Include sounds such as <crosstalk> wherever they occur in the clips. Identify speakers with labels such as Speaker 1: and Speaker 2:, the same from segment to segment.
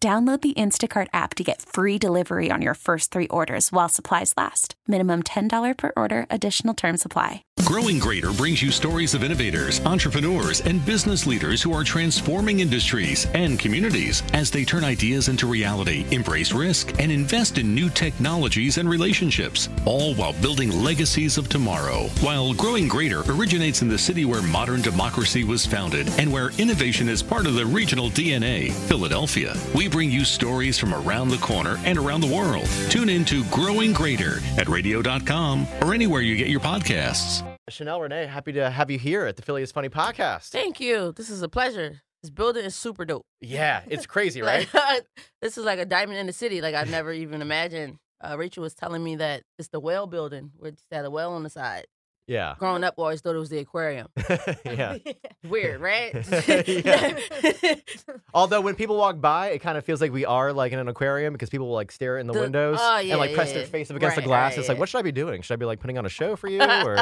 Speaker 1: Download the Instacart app to get free delivery on your first three orders while supplies last. Minimum $10 per order, additional term supply.
Speaker 2: Growing Greater brings you stories of innovators, entrepreneurs, and business leaders who are transforming industries and communities as they turn ideas into reality, embrace risk, and invest in new technologies and relationships, all while building legacies of tomorrow. While Growing Greater originates in the city where modern democracy was founded and where innovation is part of the regional DNA, Philadelphia, we bring you stories from around the corner and around the world. Tune in to Growing Greater at radio.com or anywhere you get your podcasts.
Speaker 3: Chanel Renee, happy to have you here at the Philly is Funny podcast.
Speaker 4: Thank you. This is a pleasure. This building is super dope. <laughs>
Speaker 3: Yeah, it's crazy, right?
Speaker 4: Like, <laughs> this is like a diamond in the city. Like I've never even imagined. Uh, Rachel was telling me that it's the whale building where it's had a whale on the side.
Speaker 3: yeah.
Speaker 4: Growing up, I always thought it was the aquarium.
Speaker 3: <laughs> yeah.
Speaker 4: <laughs> Weird, right?
Speaker 3: <laughs> Yeah.
Speaker 4: <laughs>
Speaker 3: Although when people walk by, it kind of feels like we are like in an aquarium because people will like stare in the,
Speaker 4: The-
Speaker 3: windows
Speaker 4: oh, yeah,
Speaker 3: and like press
Speaker 4: yeah,
Speaker 3: their
Speaker 4: yeah.
Speaker 3: face up against the
Speaker 4: Right,
Speaker 3: glass.
Speaker 4: right,
Speaker 3: it's like,
Speaker 4: yeah.
Speaker 3: what should I be doing? Should I be like putting on a show for you?
Speaker 4: <laughs>
Speaker 3: Or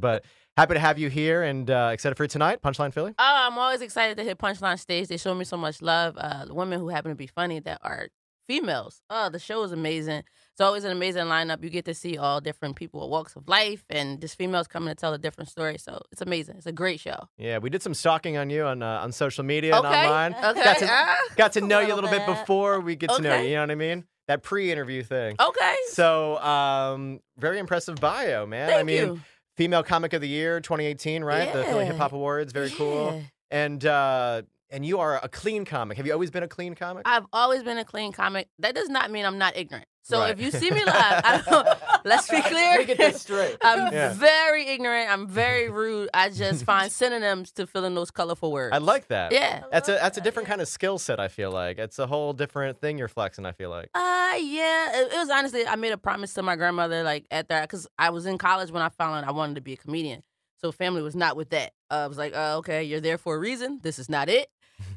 Speaker 3: but happy to have you here and uh, excited for tonight, Punchline Philly.
Speaker 4: Oh, I'm always excited to hit Punchline stage. They show me so much love. Uh, the women who happen to be funny that are females. Oh, the show is amazing. It's always an amazing lineup. You get to see all different people, walks of life, and just females coming to tell a different story. So it's amazing. It's a great show.
Speaker 3: Yeah, we did some stalking on you on uh, on social media and
Speaker 4: Okay,
Speaker 3: online.
Speaker 4: okay,
Speaker 3: Got to,
Speaker 4: ah,
Speaker 3: got
Speaker 4: <laughs>
Speaker 3: to know you a
Speaker 4: little
Speaker 3: little bit
Speaker 4: bit.
Speaker 3: before we get to know you.
Speaker 4: Okay.
Speaker 3: You know what I mean? That pre-interview thing.
Speaker 4: Okay.
Speaker 3: So, um, very impressive bio, man.
Speaker 4: Thank
Speaker 3: I mean,
Speaker 4: you.
Speaker 3: female comic of the year 2018, right? The Philly
Speaker 4: Yeah.
Speaker 3: Hip Hop Awards, very cool.
Speaker 4: Yeah.
Speaker 3: And uh, and you are a clean comic. Have you always been a clean comic?
Speaker 4: I've always been a clean comic. That does not mean I'm not ignorant. So
Speaker 3: Right.
Speaker 4: if you see me live,
Speaker 3: <laughs>
Speaker 4: I don't, let's be clear.
Speaker 3: Let me get this straight.
Speaker 4: I'm
Speaker 3: Yeah.
Speaker 4: very ignorant. I'm very rude. I
Speaker 3: <laughs>
Speaker 4: just find synonyms to fill in those colorful words.
Speaker 3: I like that.
Speaker 4: Yeah.
Speaker 3: That's a that's a different kind of skill set. I feel like it's a whole different thing you're flexing. I feel like.
Speaker 4: Uh, yeah. It, it was honestly, I made a promise to my grandmother, like at that, because I was in college when I found out I wanted to be a comedian. So family was not with that. Uh, I was like, uh, okay, you're there for a
Speaker 3: <laughs>
Speaker 4: reason. This is not it.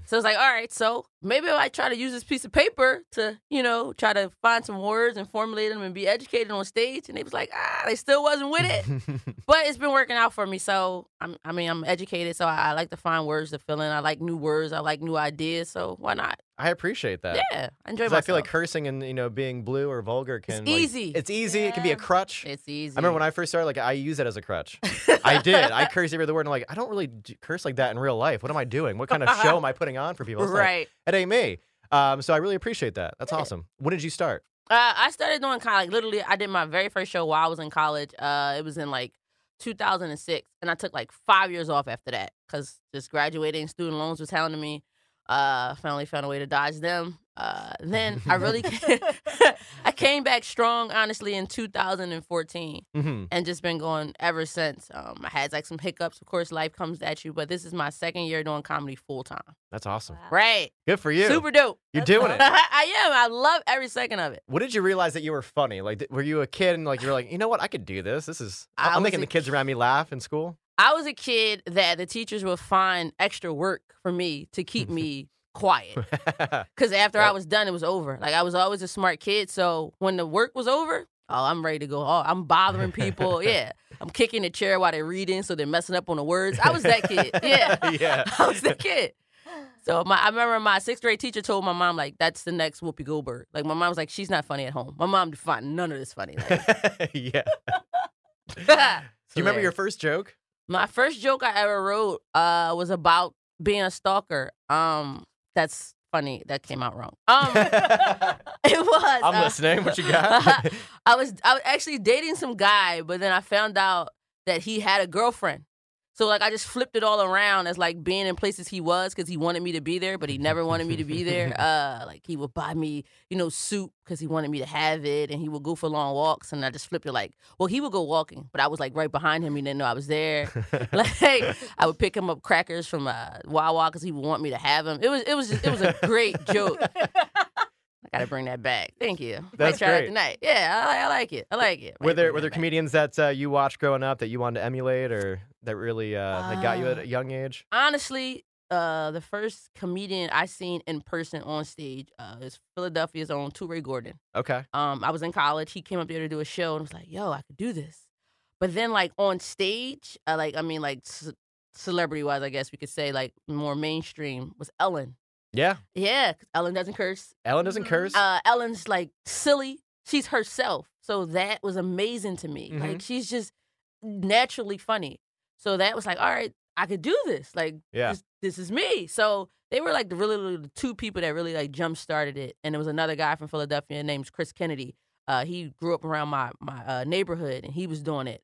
Speaker 4: So I was like, all right, so maybe if I try to use this piece of paper to, you know, try to find some words and formulate them and be educated on stage. And they was like, ah, they still wasn't with it. but it's been working out for me. So I'm, I mean, I'm educated, so I, I like to find words to fill in. I like new words. I like new ideas. So why not?
Speaker 3: I appreciate that.
Speaker 4: Yeah, I enjoy
Speaker 3: 'Cause
Speaker 4: myself.
Speaker 3: I feel like cursing and you know being blue or vulgar can like-
Speaker 4: easy.
Speaker 3: It's easy. It can be a crutch.
Speaker 4: it's easy.
Speaker 3: I remember when I first started, like I used it as a crutch.
Speaker 4: <laughs>
Speaker 3: I did. I cursed every other word. And I'm like, I don't really d- curse like that in real life. What am I doing? What kind of show am I putting on for people? It's like,
Speaker 4: Right. Eh.
Speaker 3: it ain't me. Um, so I really appreciate that. That's awesome. When did you start?
Speaker 4: Uh, I started doing kind like literally, I did my very first show while I was in college. Uh, it was in like 2006, and I took like five years off after that because just graduating, student loans was hounding me. Uh, finally found a way to dodge them. Uh, then I
Speaker 3: <laughs>
Speaker 4: really, <laughs> I came back strong, honestly, in 2014
Speaker 3: Mm-hmm.
Speaker 4: and just been going ever since. Um, I had like some hiccups. Of course, life comes at you, but this is my second year doing comedy full time.
Speaker 3: That's awesome.
Speaker 4: Right.
Speaker 3: Good for you.
Speaker 4: Super dope.
Speaker 3: You're doing it.
Speaker 4: <laughs> I am. I love every second of it.
Speaker 3: When did you realize that you were funny? Like, th- were you a kid and like you were like, you know what, I could do this. This is
Speaker 4: I
Speaker 3: I- I'm
Speaker 4: was a
Speaker 3: making the kids around me laugh in school.
Speaker 4: I was a kid that the teachers would find extra work for me to keep me
Speaker 3: <laughs>
Speaker 4: quiet. Because after I
Speaker 3: Yep.
Speaker 4: was done, it was over. Like I was always a smart kid. So when the work was over, oh, I'm ready to go. Oh, I'm bothering people. yeah. I'm kicking the chair while they're reading, so they're messing up on the words. I was that kid.
Speaker 5: <laughs>
Speaker 4: <laughs> Yeah.
Speaker 3: <laughs> yeah.
Speaker 4: I was that kid. So my, I remember my sixth grade teacher told my mom like that's the next Whoopi Goldberg. Like my mom was like she's not funny at home. My mom find none of this funny. Like, <laughs>
Speaker 3: yeah. Do you remember
Speaker 4: Hilarious.
Speaker 3: your
Speaker 4: <laughs>
Speaker 3: first joke?
Speaker 4: My first joke I ever wrote uh, was about being a stalker. Um, that's funny. That came out wrong. Um, It was.
Speaker 3: <laughs> I'm
Speaker 4: uh,
Speaker 3: listening. What you
Speaker 4: <laughs>
Speaker 3: got?
Speaker 4: I was I was actually dating some guy, but then I found out that he had a girlfriend. So like I just flipped it all around as like being in places he was because he wanted me to be there, but he never wanted me to be there.
Speaker 3: Mm-hmm.
Speaker 4: Uh, like he would buy me, you know, soup because he wanted me to have it, and he would go for long walks. And I just flipped it like, well, he would go walking, but I was like right behind him. He didn't know I was there. <laughs> like I would pick him up crackers from uh, Wawa because he would want me to have them. It was it was just, it was a great
Speaker 3: <laughs>
Speaker 4: joke. I gotta bring that back. Thank you. Might
Speaker 3: That's
Speaker 4: try that
Speaker 3: great.
Speaker 4: tonight. Yeah, I, I like it. I like it. Might
Speaker 3: were there
Speaker 4: bring
Speaker 3: were
Speaker 4: that
Speaker 3: there
Speaker 4: back.
Speaker 3: comedians that uh, you watched growing up that you wanted to emulate or that really uh, that got you at
Speaker 4: Uh,
Speaker 3: a young age?
Speaker 4: honestly, uh, the first comedian I seen in person on stage uh, is Philadelphia's own Toure Gordon.
Speaker 3: Okay.
Speaker 4: Um, I was in college. He came up there to do a show, and I was like, "Yo, I could do this." But then, like on stage, uh, like I mean, like c- celebrity wise, I guess we could say like more mainstream was Ellen.
Speaker 3: Yeah.
Speaker 4: Yeah, 'cause Ellen doesn't curse.
Speaker 3: Ellen doesn't curse.
Speaker 4: Uh, Ellen's like silly. She's herself. So that was amazing to me.
Speaker 3: Mhm.
Speaker 4: Like she's just naturally funny. So that was like, all right, I could do this. Like
Speaker 3: Yeah.
Speaker 4: this, this is me. So they were like the really, really the two people that really like jump started it. And there was another guy from Philadelphia named Chris Kennedy. Uh, he grew up around my my uh, neighborhood and he was doing it.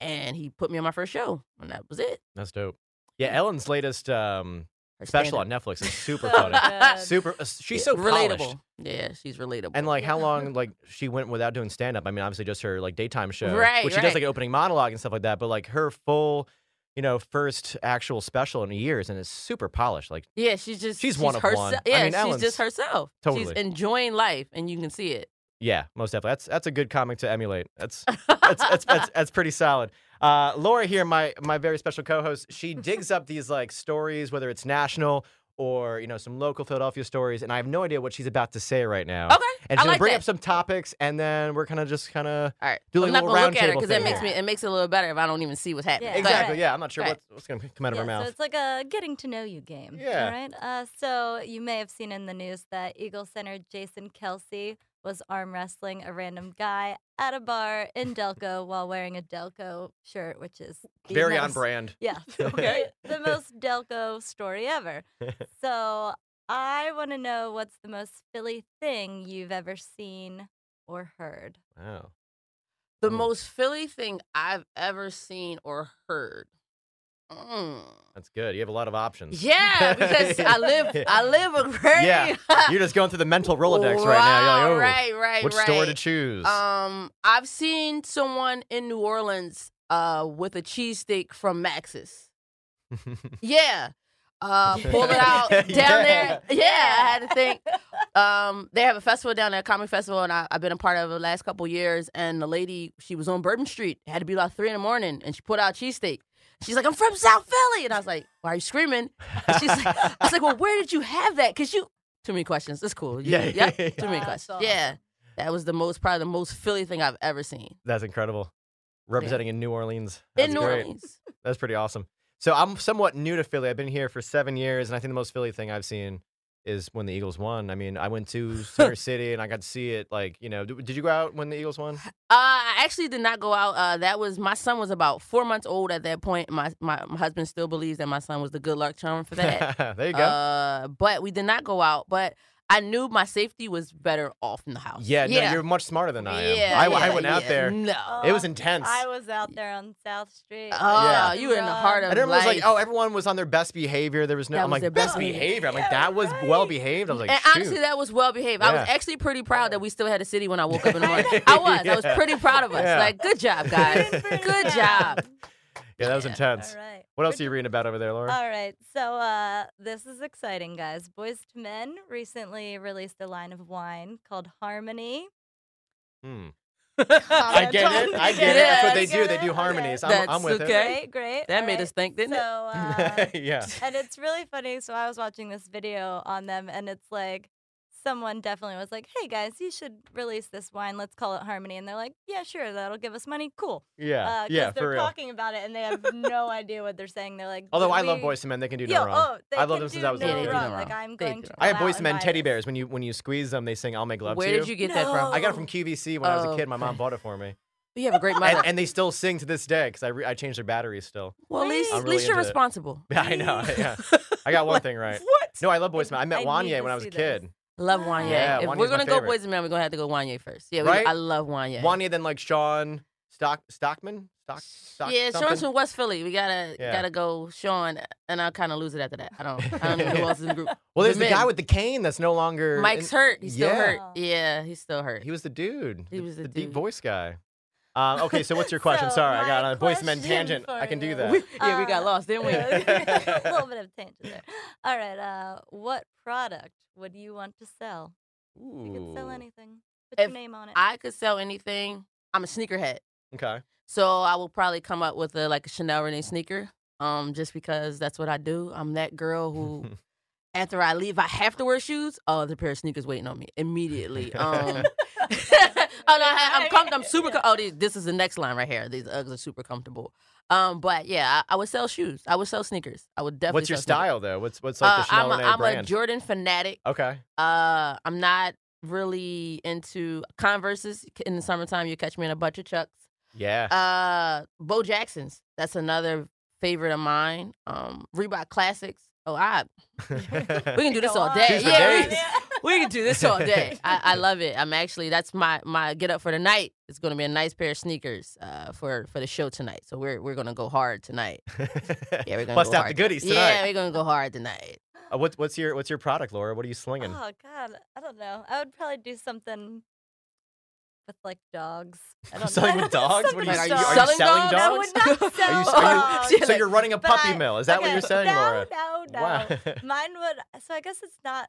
Speaker 4: And he put me on my first show, and that was it.
Speaker 3: That's dope. Yeah, Ellen's latest um,
Speaker 4: Her
Speaker 3: special on
Speaker 4: stand-up.
Speaker 3: Netflix
Speaker 4: <laughs>
Speaker 3: is super funny. super. uh, She's so
Speaker 4: Um, relatable.
Speaker 3: polished.
Speaker 4: Yeah, she's relatable.
Speaker 3: And like how long like she went without doing stand up? I mean, obviously just her like daytime show,
Speaker 4: Right,
Speaker 3: Which she does
Speaker 4: right.
Speaker 3: like an opening monologue and stuff like that. But like her full, you know, first actual special in years, and it's super polished. Like
Speaker 4: Yeah, she's just
Speaker 3: She's one of one.
Speaker 4: herself.
Speaker 3: I
Speaker 4: Yeah,
Speaker 3: mean,
Speaker 4: she's
Speaker 3: Ellen's-
Speaker 4: just herself. She's
Speaker 3: Totally.
Speaker 4: enjoying life, and you can see it.
Speaker 3: yeah, most definitely. That's that's a good comic to emulate.
Speaker 4: <laughs>
Speaker 3: That's that's that's, that's, that's pretty solid. Uh, Laura here, my my very special co-host, she digs up these like stories, whether it's national or you know some local Philadelphia stories, and I have no idea what she's about to say right now.
Speaker 4: Okay,
Speaker 3: And
Speaker 4: I
Speaker 3: she'll
Speaker 4: like
Speaker 3: bring
Speaker 4: that.
Speaker 3: up some topics, and then we're kind of just kind of
Speaker 4: All right,
Speaker 3: do like
Speaker 4: I'm
Speaker 3: a
Speaker 4: not
Speaker 3: little
Speaker 4: gonna look at her
Speaker 3: roundtable
Speaker 4: because that makes
Speaker 3: thing.
Speaker 4: me it makes it a little better if I don't even see what's happening.
Speaker 6: Yeah.
Speaker 4: Go ahead.
Speaker 3: Exactly. Yeah, I'm not sure
Speaker 4: Right.
Speaker 3: what's, what's going to come out of her
Speaker 6: Yeah,
Speaker 3: mouth.
Speaker 6: so it's like a getting to know you game.
Speaker 3: Yeah.
Speaker 6: All right. Uh, so you may have seen in the news that Eagle Center Jason Kelsey was arm wrestling a random guy at a bar in
Speaker 3: <laughs>
Speaker 6: Delco while wearing a Delco shirt, which is the
Speaker 3: Very on
Speaker 6: most-
Speaker 3: brand.
Speaker 6: <laughs> Yeah.
Speaker 3: <laughs> Okay.
Speaker 6: The most Delco story
Speaker 3: <laughs>
Speaker 6: ever. so I want to know what's the most Philly thing you've ever seen or heard.
Speaker 3: Wow.
Speaker 4: The
Speaker 3: Mm.
Speaker 4: most Philly thing I've ever seen or heard. Mm.
Speaker 3: That's good. You have a lot of options.
Speaker 4: Yeah, because I
Speaker 3: <laughs>
Speaker 4: live I live a very <laughs>
Speaker 3: Yeah. You're just going through the mental Rolodex right now.
Speaker 4: Wow,
Speaker 3: You're like, oh,
Speaker 4: right, right,
Speaker 3: which
Speaker 4: right.
Speaker 3: store to choose?
Speaker 4: Um, I've seen someone in New Orleans uh with a cheesesteak from Max's.
Speaker 3: <laughs>
Speaker 4: Yeah. Uh, pull it
Speaker 3: <laughs>
Speaker 4: out down
Speaker 3: Yeah.
Speaker 4: there. Yeah, I
Speaker 3: <laughs>
Speaker 4: had to think. Um, they have a festival down there, a comedy festival, and I, I've been a part of it the last couple years. And the lady, she was on Bourbon Street. It had to be about three in the morning, and she pulled out a cheesesteak. She's like, "I'm from South Philly," and I was like, "Why are you screaming?" And she's like,
Speaker 3: <laughs>
Speaker 4: "I was like, well, where did you have that? Cause you too many questions. It's cool. You-
Speaker 3: <laughs> Yeah.
Speaker 4: yep, too many
Speaker 6: That's
Speaker 4: questions.
Speaker 6: awesome.
Speaker 4: Yeah, that was the most probably the most Philly thing I've ever seen
Speaker 3: That's incredible. Representing in New Orleans. That's
Speaker 4: in New
Speaker 3: great.
Speaker 4: Orleans.
Speaker 3: That's pretty awesome. So I'm somewhat new to Philly. I've been here for seven years, and I think the most Philly thing I've seen is when the Eagles won. I mean, I went
Speaker 4: <laughs>
Speaker 3: to Center City, and I got to see it. Like, you know, did, did you go out when the Eagles won?
Speaker 4: Uh, I actually did not go out. Uh, that was my son was about four months old at that point. My my, my husband still believes that my son was the good luck charm <laughs> for that.
Speaker 3: <laughs> there you go.
Speaker 4: uh, but we did not go out. But I knew my safety was better off in the house.
Speaker 3: yeah,
Speaker 4: yeah,
Speaker 3: no, you're much smarter than I am.
Speaker 4: Yeah,
Speaker 3: I, I
Speaker 4: yeah,
Speaker 3: went out
Speaker 4: yeah.
Speaker 3: there.
Speaker 4: No.
Speaker 3: It was intense.
Speaker 6: I was out there on South Street.
Speaker 4: Oh,
Speaker 3: Yeah.
Speaker 4: you were in the heart of
Speaker 3: And everyone was like,
Speaker 4: life.
Speaker 3: oh, everyone was on their best behavior. There was no,
Speaker 4: That
Speaker 3: I'm
Speaker 4: was
Speaker 3: like,
Speaker 4: their
Speaker 3: best
Speaker 4: best behavior."
Speaker 3: behavior. I'm like, that was well behaved. I was like,
Speaker 4: and
Speaker 3: shoot.
Speaker 4: honestly, that was well behaved. I was
Speaker 3: Yeah.
Speaker 4: actually pretty proud that we still had a city when I woke up in the
Speaker 3: <laughs>
Speaker 4: morning. I was. I was
Speaker 3: Yeah.
Speaker 4: pretty proud of us.
Speaker 3: Yeah.
Speaker 4: Like, good job,
Speaker 3: <laughs>
Speaker 4: guys.
Speaker 6: Pretty
Speaker 4: good
Speaker 6: proud.
Speaker 4: job.
Speaker 3: yeah, that was intense.
Speaker 6: All right.
Speaker 3: What else are you reading about over there, Laura?
Speaker 6: All right. So uh, this is exciting, guys. Boys to Men recently released a line of wine called Harmony.
Speaker 3: Hmm.
Speaker 6: I
Speaker 3: <laughs> I get it. I get it. That's what they do. They do
Speaker 6: Okay.
Speaker 3: harmonies. I'm,
Speaker 4: That's
Speaker 3: I'm with
Speaker 4: okay.
Speaker 6: Great, great.
Speaker 4: That
Speaker 6: All
Speaker 4: made
Speaker 6: right.
Speaker 4: us think, didn't
Speaker 6: so,
Speaker 4: it? <laughs>
Speaker 6: uh,
Speaker 3: it. yeah.
Speaker 6: and it's really funny. So I was watching this video on them, and it's like someone definitely was like, "Hey guys, you should release this wine. Let's call it Harmony." And they're like, "Yeah, sure. That'll give us money. Cool."
Speaker 3: Yeah.
Speaker 6: Uh, 'cause
Speaker 3: yeah,
Speaker 6: they're
Speaker 3: for real.
Speaker 6: talking about it, and they
Speaker 3: <laughs>
Speaker 6: have no idea what they're saying. They're like,
Speaker 3: Although
Speaker 6: "But
Speaker 3: I love
Speaker 6: we-
Speaker 3: Boys and Men, they can do no
Speaker 6: Yo,
Speaker 3: wrong.
Speaker 6: oh, they
Speaker 3: I love
Speaker 6: can
Speaker 3: them since
Speaker 6: do
Speaker 3: I was
Speaker 6: no
Speaker 4: Yeah, they
Speaker 3: little.
Speaker 4: do
Speaker 6: wrong.
Speaker 4: no
Speaker 6: Like
Speaker 4: wrong.
Speaker 6: I'm
Speaker 4: They
Speaker 6: going
Speaker 4: do
Speaker 6: to.
Speaker 4: no
Speaker 3: I have
Speaker 6: come out
Speaker 3: Boys and Men
Speaker 6: and buy
Speaker 3: teddy
Speaker 6: this.
Speaker 3: bears. When you when you squeeze them, they sing "I'll Make Love
Speaker 4: Where
Speaker 3: to You."
Speaker 4: did you get that from?
Speaker 3: I got it from QVC when I was a
Speaker 4: Oh,
Speaker 3: kid. My
Speaker 4: <laughs>
Speaker 3: mom
Speaker 4: okay.
Speaker 3: bought it for me,
Speaker 4: You have a
Speaker 6: <laughs>
Speaker 4: great mother.
Speaker 3: and, and they still sing to this day because I, re- I changed their batteries still.
Speaker 4: Well, at least,
Speaker 3: I'm
Speaker 4: at
Speaker 3: really
Speaker 4: least you're
Speaker 3: into it. <laughs>
Speaker 4: responsible.
Speaker 6: <laughs>
Speaker 4: <laughs>
Speaker 3: I know. Yeah. I got one thing right.
Speaker 4: What?
Speaker 3: No, I love Boys and Men. I met
Speaker 6: I need
Speaker 3: Wanye
Speaker 6: to
Speaker 3: when I was
Speaker 6: see
Speaker 3: a
Speaker 6: this.
Speaker 3: kid.
Speaker 4: Love Wanye.
Speaker 3: Yeah,
Speaker 4: if
Speaker 3: Wanye's
Speaker 4: we're
Speaker 3: my
Speaker 4: gonna go
Speaker 3: favorite.
Speaker 4: Boys and Men, we're gonna have to go Wanye first. Yeah, we,
Speaker 3: Right?
Speaker 4: I love Wanye.
Speaker 3: Wanya, then like Sean Stock Stockman. Stock. Stock
Speaker 4: yeah, Sean's
Speaker 3: something?
Speaker 4: from West Philly. We gotta
Speaker 3: Yeah.
Speaker 4: gotta go Sean, and I'll kind of lose it after that. I don't I don't even know who else is in the group.
Speaker 3: <laughs> Well, there's the,
Speaker 4: men.
Speaker 3: guy with the cane that's no longer.
Speaker 4: Mike's
Speaker 3: in-
Speaker 4: hurt. He's still
Speaker 3: Yeah.
Speaker 4: hurt. Yeah, he's still hurt.
Speaker 3: He was the dude.
Speaker 4: He was the
Speaker 3: deep
Speaker 4: dude.
Speaker 3: voice guy. Um, okay,
Speaker 4: <laughs>
Speaker 3: so what's your question?
Speaker 6: So
Speaker 3: Sorry, I
Speaker 6: my
Speaker 3: got on a voice man
Speaker 6: question
Speaker 3: tangent.
Speaker 6: for
Speaker 3: I can do
Speaker 6: you-
Speaker 3: that.
Speaker 4: We-
Speaker 3: <laughs>
Speaker 4: yeah, we got
Speaker 6: Uh,
Speaker 4: lost, didn't we?
Speaker 6: a little bit of tangent there. All right. Uh, what product would you want to sell? You could sell
Speaker 3: Ooh.
Speaker 6: anything. Put your
Speaker 4: If
Speaker 6: name on it.
Speaker 4: I could sell anything. I'm a sneakerhead.
Speaker 3: Okay.
Speaker 4: So I will probably come up with a like a Chanel Renee sneaker, um, just because that's what I do. I'm that girl who, after I leave, I have to wear shoes. Oh, the pair of sneakers waiting on me immediately. Um, oh no, I,
Speaker 6: <laughs>
Speaker 4: am com- I'm super. Com- oh, these, this is the next line right here. These Uggs are super comfortable. Um, but yeah, I, I would sell shoes. I would sell sneakers. I would definitely.
Speaker 3: what's your
Speaker 4: sell sneakers.
Speaker 3: style though? What's what's like the
Speaker 4: Uh,
Speaker 3: Chanel
Speaker 4: I'm, a,
Speaker 3: Renee
Speaker 4: I'm a
Speaker 3: brand?
Speaker 4: Jordan fanatic.
Speaker 3: okay.
Speaker 4: Uh, I'm not really into Converses. In the summertime, you catch me in a bunch of Chucks.
Speaker 3: Yeah.
Speaker 4: Uh, Bo Jackson's. That's another favorite of mine. Um, Reebok Classics. Oh,
Speaker 3: <laughs>
Speaker 4: I we can do this
Speaker 6: Go
Speaker 4: all
Speaker 6: on.
Speaker 4: day.
Speaker 3: She's the
Speaker 4: Yeah, we,
Speaker 3: days.
Speaker 4: we can do this all day. I,
Speaker 3: <laughs>
Speaker 4: I love it. I'm actually that's my my get up for the night. It's gonna be a nice pair of sneakers uh, for for the show tonight. So we're we're gonna go hard
Speaker 3: <laughs>
Speaker 4: tonight. Yeah, we're gonna
Speaker 3: Bust
Speaker 4: go
Speaker 3: out the
Speaker 4: hard.
Speaker 3: goodies
Speaker 4: Yeah,
Speaker 3: tonight.
Speaker 4: we're gonna go hard tonight.
Speaker 3: Uh, what, what's your what's your product, Laura? What are you slinging?
Speaker 6: Oh God, I don't know. I would probably do something with like dogs.
Speaker 3: <laughs>
Speaker 6: I don't
Speaker 3: Selling
Speaker 6: know. <laughs>
Speaker 3: with dogs? What are you-
Speaker 6: Something with
Speaker 4: are you- are you
Speaker 3: <laughs>
Speaker 6: dogs.
Speaker 3: selling
Speaker 6: I
Speaker 3: dogs?
Speaker 6: would not sell
Speaker 3: Are you- are you-
Speaker 6: dogs.
Speaker 4: Yeah,
Speaker 3: <laughs>
Speaker 6: <laughs>
Speaker 3: so
Speaker 4: like-
Speaker 3: you're running a
Speaker 6: but
Speaker 3: puppy
Speaker 6: I-
Speaker 3: mill. Is that what
Speaker 6: okay,
Speaker 3: you're saying,
Speaker 6: no,
Speaker 3: Laura? <laughs>
Speaker 6: No, no,
Speaker 3: Wow.
Speaker 6: Mine would. So I guess it's not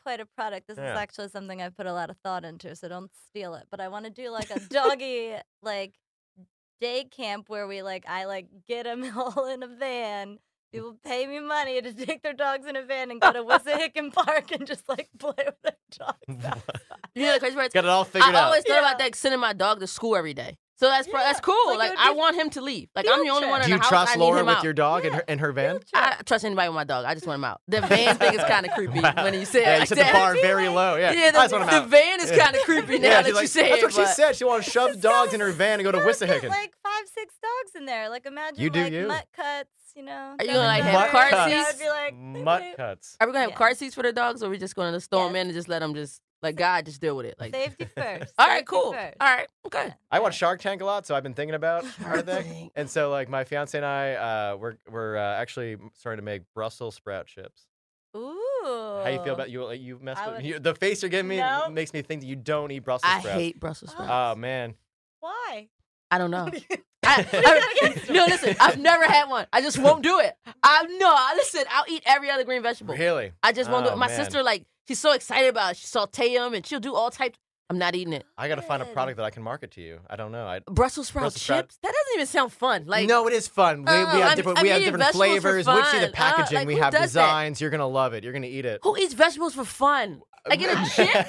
Speaker 6: quite a product. This
Speaker 3: Yeah.
Speaker 6: is actually something I put a lot of thought into. So don't steal it. But I want to do like a doggy like day camp where we like I like get them <laughs> all in a van. People pay me money to take their dogs in a van and go to Wissahickon Park and just like <laughs> play with their dogs. outside.
Speaker 4: You know the crazy part?
Speaker 3: Got it all
Speaker 4: I
Speaker 3: figured out.
Speaker 4: always thought
Speaker 6: Yeah.
Speaker 4: about that sending my dog to school every day. So that's pro- that's
Speaker 6: Yeah,
Speaker 4: cool.
Speaker 6: like, it
Speaker 4: Like,
Speaker 6: would
Speaker 4: I
Speaker 6: be
Speaker 4: want him to leave. Like I'm the only
Speaker 6: future.
Speaker 4: one in
Speaker 3: do you
Speaker 4: the house. I
Speaker 3: trust
Speaker 4: need
Speaker 3: Laura
Speaker 4: him
Speaker 3: with
Speaker 4: out.
Speaker 3: your dog and her and her van?
Speaker 6: Field trip.
Speaker 4: I don't trust anybody with my dog. I just want him out.
Speaker 3: <laughs>
Speaker 4: The van thing is kind of creepy
Speaker 3: Wow.
Speaker 4: when you say it
Speaker 3: yeah, you
Speaker 4: like
Speaker 3: set
Speaker 4: that. <laughs>
Speaker 3: the bar very low. Yeah,
Speaker 4: Yeah,
Speaker 3: that's what I'm
Speaker 4: the, the van is kind of
Speaker 3: <laughs>
Speaker 4: creepy now that
Speaker 3: she's
Speaker 4: you
Speaker 3: like,
Speaker 4: say
Speaker 3: That's
Speaker 4: it.
Speaker 3: what she
Speaker 4: but-
Speaker 3: said. She
Speaker 4: <laughs>
Speaker 3: want
Speaker 6: <laughs>
Speaker 3: to shove dogs in her van and go to
Speaker 6: No, get,
Speaker 3: Wissahickon.
Speaker 6: Like five, six dogs in there. Like imagine
Speaker 3: You do
Speaker 6: like
Speaker 3: you.
Speaker 6: mutt cuts, you know.
Speaker 4: Are you
Speaker 6: dog
Speaker 4: gonna, like, have
Speaker 6: collars,
Speaker 4: car
Speaker 6: you know, it'd
Speaker 4: seats?
Speaker 6: be like boop,
Speaker 3: Mutt
Speaker 4: <laughs>
Speaker 6: boop.
Speaker 3: cuts.
Speaker 4: Are we gonna have
Speaker 6: Yeah.
Speaker 4: car seats for the dogs, or are we just gonna just throw them
Speaker 6: Yes.
Speaker 4: in and just let them just like God just deal with it? Like,
Speaker 3: <laughs>
Speaker 6: Safety first.
Speaker 4: all right,
Speaker 6: safety
Speaker 4: cool.
Speaker 6: first.
Speaker 4: All right, okay.
Speaker 3: I watch Shark Tank a lot, so I've been thinking about
Speaker 4: <laughs> Shark
Speaker 3: everything.
Speaker 4: Tank.
Speaker 3: And so, like, my fiance and I, uh, we're we're uh, actually starting to make Brussels sprout chips.
Speaker 6: Ooh.
Speaker 3: How you feel about you? Like, you mess
Speaker 6: I
Speaker 3: with
Speaker 6: would-
Speaker 3: you, the face you're giving me
Speaker 6: No.
Speaker 3: makes me think that you don't eat Brussels
Speaker 4: I
Speaker 3: sprouts.
Speaker 4: hate Brussels sprouts.
Speaker 3: Oh man,
Speaker 6: Why?
Speaker 4: I don't know.
Speaker 3: What
Speaker 4: I,
Speaker 3: do you <laughs>
Speaker 4: I,
Speaker 3: got against
Speaker 4: no,
Speaker 3: them?
Speaker 4: listen. I've never had one. I just won't do it.
Speaker 3: <laughs>
Speaker 4: I no. I- Listen, I'll eat every other green vegetable.
Speaker 3: really?
Speaker 4: I just won't do
Speaker 3: Oh,
Speaker 4: it. My
Speaker 3: man.
Speaker 4: sister like she's so excited about it. She saute them and she'll do all types. I'm not eating it.
Speaker 3: I gotta find a
Speaker 6: Good.
Speaker 3: product that I can market to you. I don't know. I
Speaker 4: Brussels sprout
Speaker 3: Brussels sprout.
Speaker 4: chips. That doesn't even sound fun. Like
Speaker 3: no, it is fun. We,
Speaker 4: Uh,
Speaker 3: we have
Speaker 4: I'm-
Speaker 3: different,
Speaker 4: I'm
Speaker 3: we have
Speaker 4: eating
Speaker 3: different
Speaker 4: vegetables for
Speaker 3: flavors. We see the
Speaker 4: fun. Uh,
Speaker 3: packaging.
Speaker 4: like,
Speaker 3: we
Speaker 4: who
Speaker 3: have
Speaker 4: does that?
Speaker 3: designs. You're gonna love it. You're gonna eat it.
Speaker 4: Who eats vegetables for fun? Like in
Speaker 3: <laughs>
Speaker 4: a chip?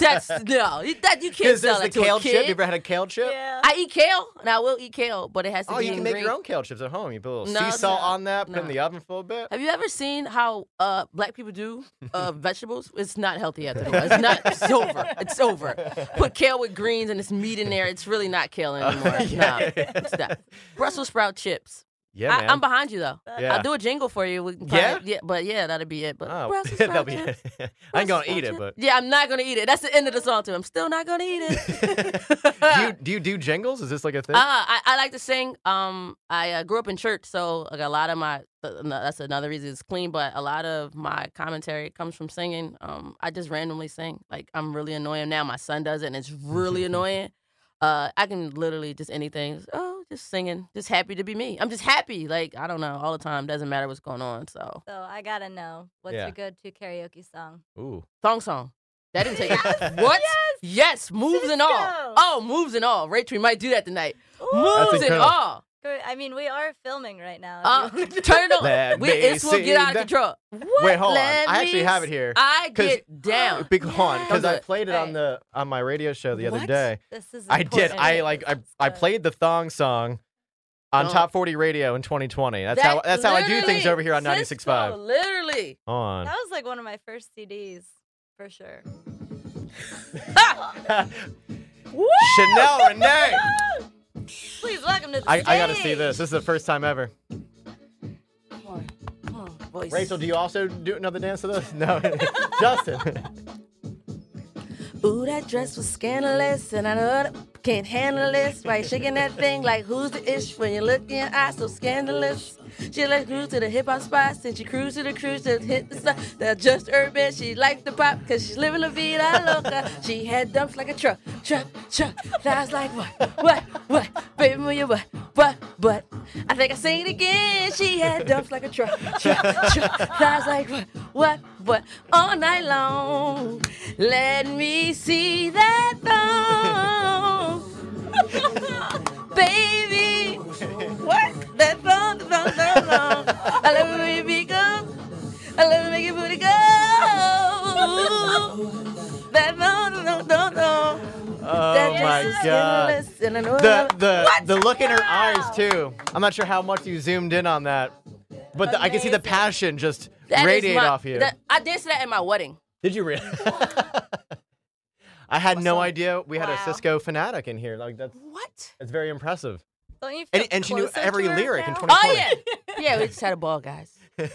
Speaker 4: That's no. you- That you can't
Speaker 3: Because
Speaker 4: sell that
Speaker 3: there's the
Speaker 4: to
Speaker 3: kale
Speaker 4: a
Speaker 3: chip. You
Speaker 4: kid.
Speaker 3: ever had a kale chip?
Speaker 6: Yeah.
Speaker 4: I eat kale, and I will eat kale, but it has to
Speaker 3: Oh,
Speaker 4: be
Speaker 3: you
Speaker 4: in
Speaker 3: can make your
Speaker 4: green.
Speaker 3: own kale chips at home. You put a little
Speaker 4: No,
Speaker 3: sea salt
Speaker 4: no,
Speaker 3: on that, put it in
Speaker 4: no.
Speaker 3: the oven for a bit.
Speaker 4: Have you ever seen how uh, black people do
Speaker 3: <laughs>
Speaker 4: uh, vegetables? It's not healthy after all. It's not. It's over. It's over. Put kale with greens and it's meat in there. It's really not kale anymore.
Speaker 3: <laughs> yeah.
Speaker 4: No, it's not. Brussels sprout chips.
Speaker 3: Yeah,
Speaker 4: I, I'm behind you though.
Speaker 3: Yeah.
Speaker 4: I'll do a jingle for you. We can
Speaker 3: Yeah?
Speaker 4: probably- yeah, but yeah, that'll be it. But
Speaker 3: Oh,
Speaker 4: Brussels
Speaker 3: <laughs> that'll
Speaker 4: sprout
Speaker 3: be.
Speaker 4: chips.
Speaker 3: I ain't gonna
Speaker 4: Brussels
Speaker 3: eat it,
Speaker 4: sprout
Speaker 3: but
Speaker 4: chips. yeah, I'm not gonna eat it. That's the end of the song too. I'm still not gonna eat it.
Speaker 3: <laughs>
Speaker 4: <laughs>
Speaker 3: do you, do you do jingles? Is this like a thing?
Speaker 4: Uh, I, I like to sing. Um, I uh, grew up in church, so like a lot of my th- no, that's another reason it's clean. But a lot of my commentary comes from singing. Um, I just randomly sing. Like I'm really annoying now. My son does it, and it's
Speaker 3: <laughs>
Speaker 4: really annoying. Uh, I can literally just anything. Oh, just singing. Just happy to be me. I'm just happy. Like I don't know, all the time. Doesn't matter what's going on. So
Speaker 6: So I gotta know what's
Speaker 3: Yeah.
Speaker 6: your go-to karaoke song?
Speaker 3: Ooh,
Speaker 4: thong song. That didn't
Speaker 3: <laughs>
Speaker 4: take
Speaker 3: Yes,
Speaker 4: <laughs> what? Yes, moves and all.
Speaker 6: Cisco.
Speaker 4: Oh, moves and all. Rachel, we might do that tonight.
Speaker 3: That's
Speaker 4: Moves and
Speaker 3: incredible.
Speaker 4: all.
Speaker 6: Go- I mean, we are filming right now. if
Speaker 4: Uh,
Speaker 6: you <laughs> wanna-
Speaker 4: turn it
Speaker 3: Let
Speaker 4: on. We,
Speaker 3: me
Speaker 4: this will
Speaker 3: see
Speaker 4: get out of
Speaker 3: that-
Speaker 4: control.
Speaker 3: wait, hold
Speaker 4: Let
Speaker 3: on. I actually
Speaker 4: me
Speaker 3: have
Speaker 4: s-
Speaker 3: it here.
Speaker 4: I
Speaker 3: 'Cause-
Speaker 4: get down.
Speaker 3: <gasps> Big horn, because I
Speaker 4: Yes.
Speaker 3: played it on
Speaker 6: Hey.
Speaker 3: the on my radio show the other
Speaker 4: What?
Speaker 3: day.
Speaker 6: this is.
Speaker 3: I did.
Speaker 6: important.
Speaker 3: I like I, I
Speaker 6: Good.
Speaker 3: played the thong song on
Speaker 4: uh, Thong.
Speaker 3: Top 40 Radio in 2020. That's how
Speaker 4: That
Speaker 3: that's how I do things
Speaker 4: literally-
Speaker 3: over here on
Speaker 4: Cisco,
Speaker 3: 96.5.
Speaker 4: Literally.
Speaker 3: On.
Speaker 6: That was like one of my first CDs, for sure.
Speaker 3: Chanel
Speaker 4: <laughs>
Speaker 3: Renee.
Speaker 6: Please welcome to the
Speaker 3: I, I gotta
Speaker 6: stage.
Speaker 3: see this. This is the first time ever.
Speaker 4: Voice.
Speaker 3: Rachel, do you also do another dance to this? No, <laughs> Justin.
Speaker 4: Ooh, that dress was scandalous, and I know that can't handle this. Right, shaking that thing like who's the ish when you look in your eyes so scandalous. She like cruise to the hip hop spots, and she cruise to the cruise that hit the spot. That just urban, she liked the pop, cause she's living la vida loca. She had dumps like a truck, truck, truck. Thighs like what, what, what? Baby, move your butt, butt, butt. I think I sing it again. She had dumps like a truck, truck, truck. Thighs like what, what, what? All night long. Let me see that thong, <laughs> baby. What? That thong, thong, thong, thong. I love it when your feet go. I love it when your booty go. That thong, thong, thong, thong.
Speaker 3: Oh
Speaker 4: That dress
Speaker 3: my
Speaker 4: is
Speaker 3: god.
Speaker 4: scandalous, and I know I
Speaker 3: The
Speaker 4: love-
Speaker 3: the
Speaker 4: What?
Speaker 3: the look in her
Speaker 4: Wow.
Speaker 3: eyes too. I'm not sure how much you zoomed in on that, but the, I can see the
Speaker 4: Amazing.
Speaker 3: passion just
Speaker 4: That is
Speaker 3: radiate
Speaker 4: my-
Speaker 3: off you.
Speaker 4: that- I danced to that at my wedding.
Speaker 3: Did you really? <laughs> I had no
Speaker 4: Awesome.
Speaker 3: idea we had a
Speaker 6: Wow.
Speaker 3: Cisco fanatic in here. Like that's
Speaker 4: What?
Speaker 3: that's very impressive.
Speaker 6: Don't you feel
Speaker 3: And, and she knew
Speaker 6: closer
Speaker 3: every
Speaker 6: to her
Speaker 3: lyric in
Speaker 6: now?
Speaker 3: 2020.
Speaker 4: Oh yeah, yeah. We just had a ball, guys.
Speaker 3: <laughs> oh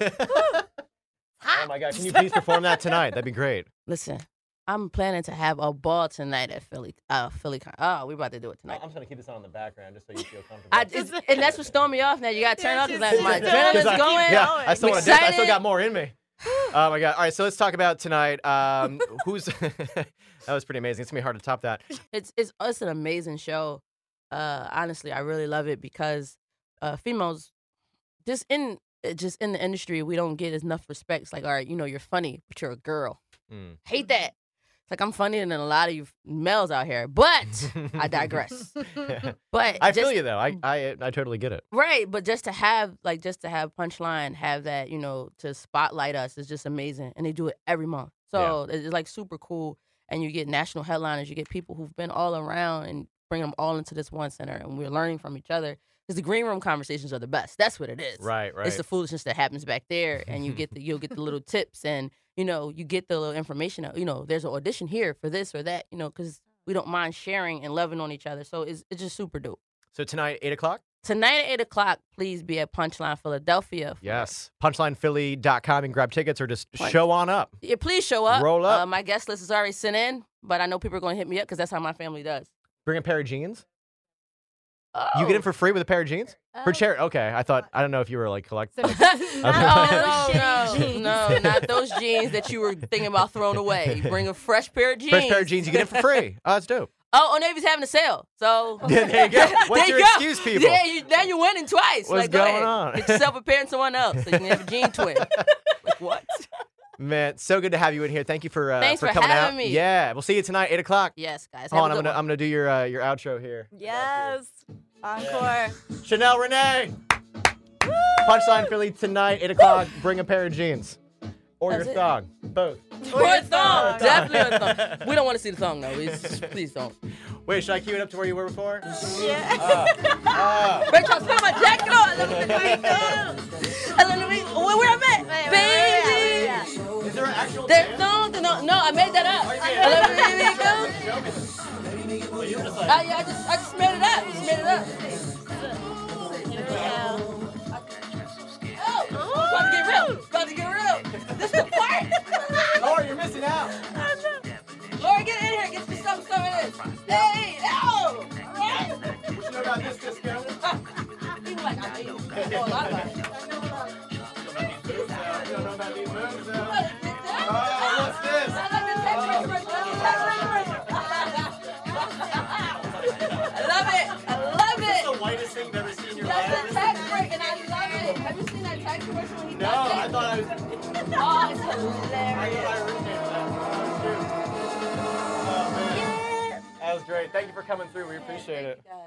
Speaker 3: my god! Can you please perform that tonight? That'd be great.
Speaker 4: Listen, I'm planning to have a ball tonight at Philly. Uh, Philly. Con- oh, we about to do it tonight.
Speaker 3: just gonna keep this on in the background just so you feel comfortable.
Speaker 4: I, it's, and that's what stormed me off. Now you gotta turn off because like, my
Speaker 6: she's done.
Speaker 4: adrenaline's
Speaker 6: She's like,
Speaker 4: going.
Speaker 3: Yeah, I still,
Speaker 4: I'm
Speaker 3: wanna dance. I still
Speaker 4: excited.
Speaker 3: got more in me. <sighs> Oh my god! All right, so let's talk about tonight. Um, who's <laughs> that was pretty amazing. It's gonna be hard to top that.
Speaker 4: It's it's oh, it's an amazing show. Uh, honestly, I really love it because uh, females just in just in the industry we don't get enough respect. It's like, all right, you know, you're funny, but you're a girl.
Speaker 3: Mm.
Speaker 4: Hate that. It's like I'm funnier than a lot of you males out here, but
Speaker 3: <laughs>
Speaker 4: I digress. But
Speaker 3: I
Speaker 4: just-
Speaker 3: feel you though. I, I I totally get it.
Speaker 4: Right, but just to have like just to have punchline, have that you know to spotlight us is just amazing, and they do it every month. So it's it's, like super cool, and you get national headliners, you get people who've been all around, and bring them all into this one center, and we're learning from each other because the green room conversations are the best. That's what it is.
Speaker 3: Right, right.
Speaker 4: It's the foolishness that happens back there, and you get the you'll get the
Speaker 3: <laughs>
Speaker 4: little tips, and you know you get the little information. of, You know, there's an audition here for this or that. You know, because we don't mind sharing and loving on each other. So it's it's just super dope.
Speaker 3: so tonight, eight o'clock.
Speaker 4: Tonight at 8 o'clock, please be at Punchline Philadelphia. for us.
Speaker 3: Yes, punchlinephilly.com and grab tickets or just
Speaker 4: Punch.
Speaker 3: show on up.
Speaker 4: Yeah, please show up.
Speaker 3: Roll up.
Speaker 4: Uh, my guest list is already sent in, but I know people are going to hit me up because that's how my family does.
Speaker 3: Bring a pair of jeans.
Speaker 4: Oh. Uh,
Speaker 3: You get in for free with a pair of jeans for
Speaker 6: Oh. <laughs>
Speaker 3: charity. Okay, I thought I don't know if you were like collect.
Speaker 6: So it's not all those
Speaker 4: <laughs> no,
Speaker 6: shitty
Speaker 4: no,
Speaker 6: jeans.
Speaker 4: no, <laughs> not those jeans that you were thinking about throwing away. Bring a fresh pair of jeans.
Speaker 3: Fresh pair of jeans, you get it
Speaker 4: <laughs>
Speaker 3: for free. Oh, that's dope.
Speaker 4: Oh, oh, Navy's having a sale. So
Speaker 3: Yeah, <laughs> there you
Speaker 4: <laughs>
Speaker 3: go. What's
Speaker 4: There
Speaker 3: your
Speaker 4: you go.
Speaker 3: excuse, people?
Speaker 4: Yeah, you, now you're winning twice.
Speaker 3: What's
Speaker 4: like, go
Speaker 3: going
Speaker 4: ahead.
Speaker 3: on?
Speaker 4: Get yourself a pair and someone else so you can have a jean
Speaker 3: <laughs>
Speaker 4: twin. like, what?
Speaker 3: Man, so good to have you in here. Thank you for uh,
Speaker 4: Thanks for
Speaker 3: coming
Speaker 4: having
Speaker 3: out.
Speaker 4: me.
Speaker 3: Yeah, we'll see you tonight, eight o'clock.
Speaker 4: Yes, guys.
Speaker 3: Hold
Speaker 4: have a
Speaker 3: on, I'm
Speaker 4: good
Speaker 3: gonna
Speaker 4: one.
Speaker 3: I'm gonna do your uh, your outro here.
Speaker 6: <laughs> Yes. Encore.
Speaker 4: <laughs>
Speaker 3: Chanel Renee, punchline Philly tonight, eight o'clock. Bring a pair of jeans or
Speaker 4: That's
Speaker 3: your
Speaker 4: it.
Speaker 3: thong, both.
Speaker 4: Or a thong. Definitely a
Speaker 3: <laughs>
Speaker 4: thong. We don't want to see the thong, though. It's- please don't.
Speaker 3: Wait, should I cue it up to where you were before? Uh,
Speaker 4: Rachel, put my jacket on. Look
Speaker 3: <laughs>
Speaker 4: at the I love the way- Where, where I'm at? Baby.
Speaker 3: Is there an actual?
Speaker 4: There's no, no, no, I made that up. I love the way we go. I, I, just, I just made it up. Just made it up. Oh, it's about to get real. It's about to get real. This is the part.
Speaker 3: Laura, you're missing out.
Speaker 4: Laura, get in here. Get me some, some of this. Hey, ow. All right.
Speaker 3: You should know about
Speaker 4: <laughs>
Speaker 3: this disco.
Speaker 4: He was like, I know. I know a lot about it.
Speaker 3: You don't know about these moves, though.
Speaker 4: But it did that.
Speaker 3: Oh, what's this?
Speaker 4: I love the Tetris version. I love it. I love
Speaker 3: This is
Speaker 4: it.
Speaker 3: the whitest thing you've ever seen in your
Speaker 4: That's the
Speaker 3: life.
Speaker 4: tax break, and I love it. Have you seen that tax break when he
Speaker 3: No,
Speaker 4: does it?
Speaker 3: I thought I was.
Speaker 4: <laughs> Oh, it's
Speaker 3: I
Speaker 4: hilarious.
Speaker 3: thought I originated that. That was true. Oh, man. That was great. Thank you for coming through. We appreciate it.
Speaker 4: Guys.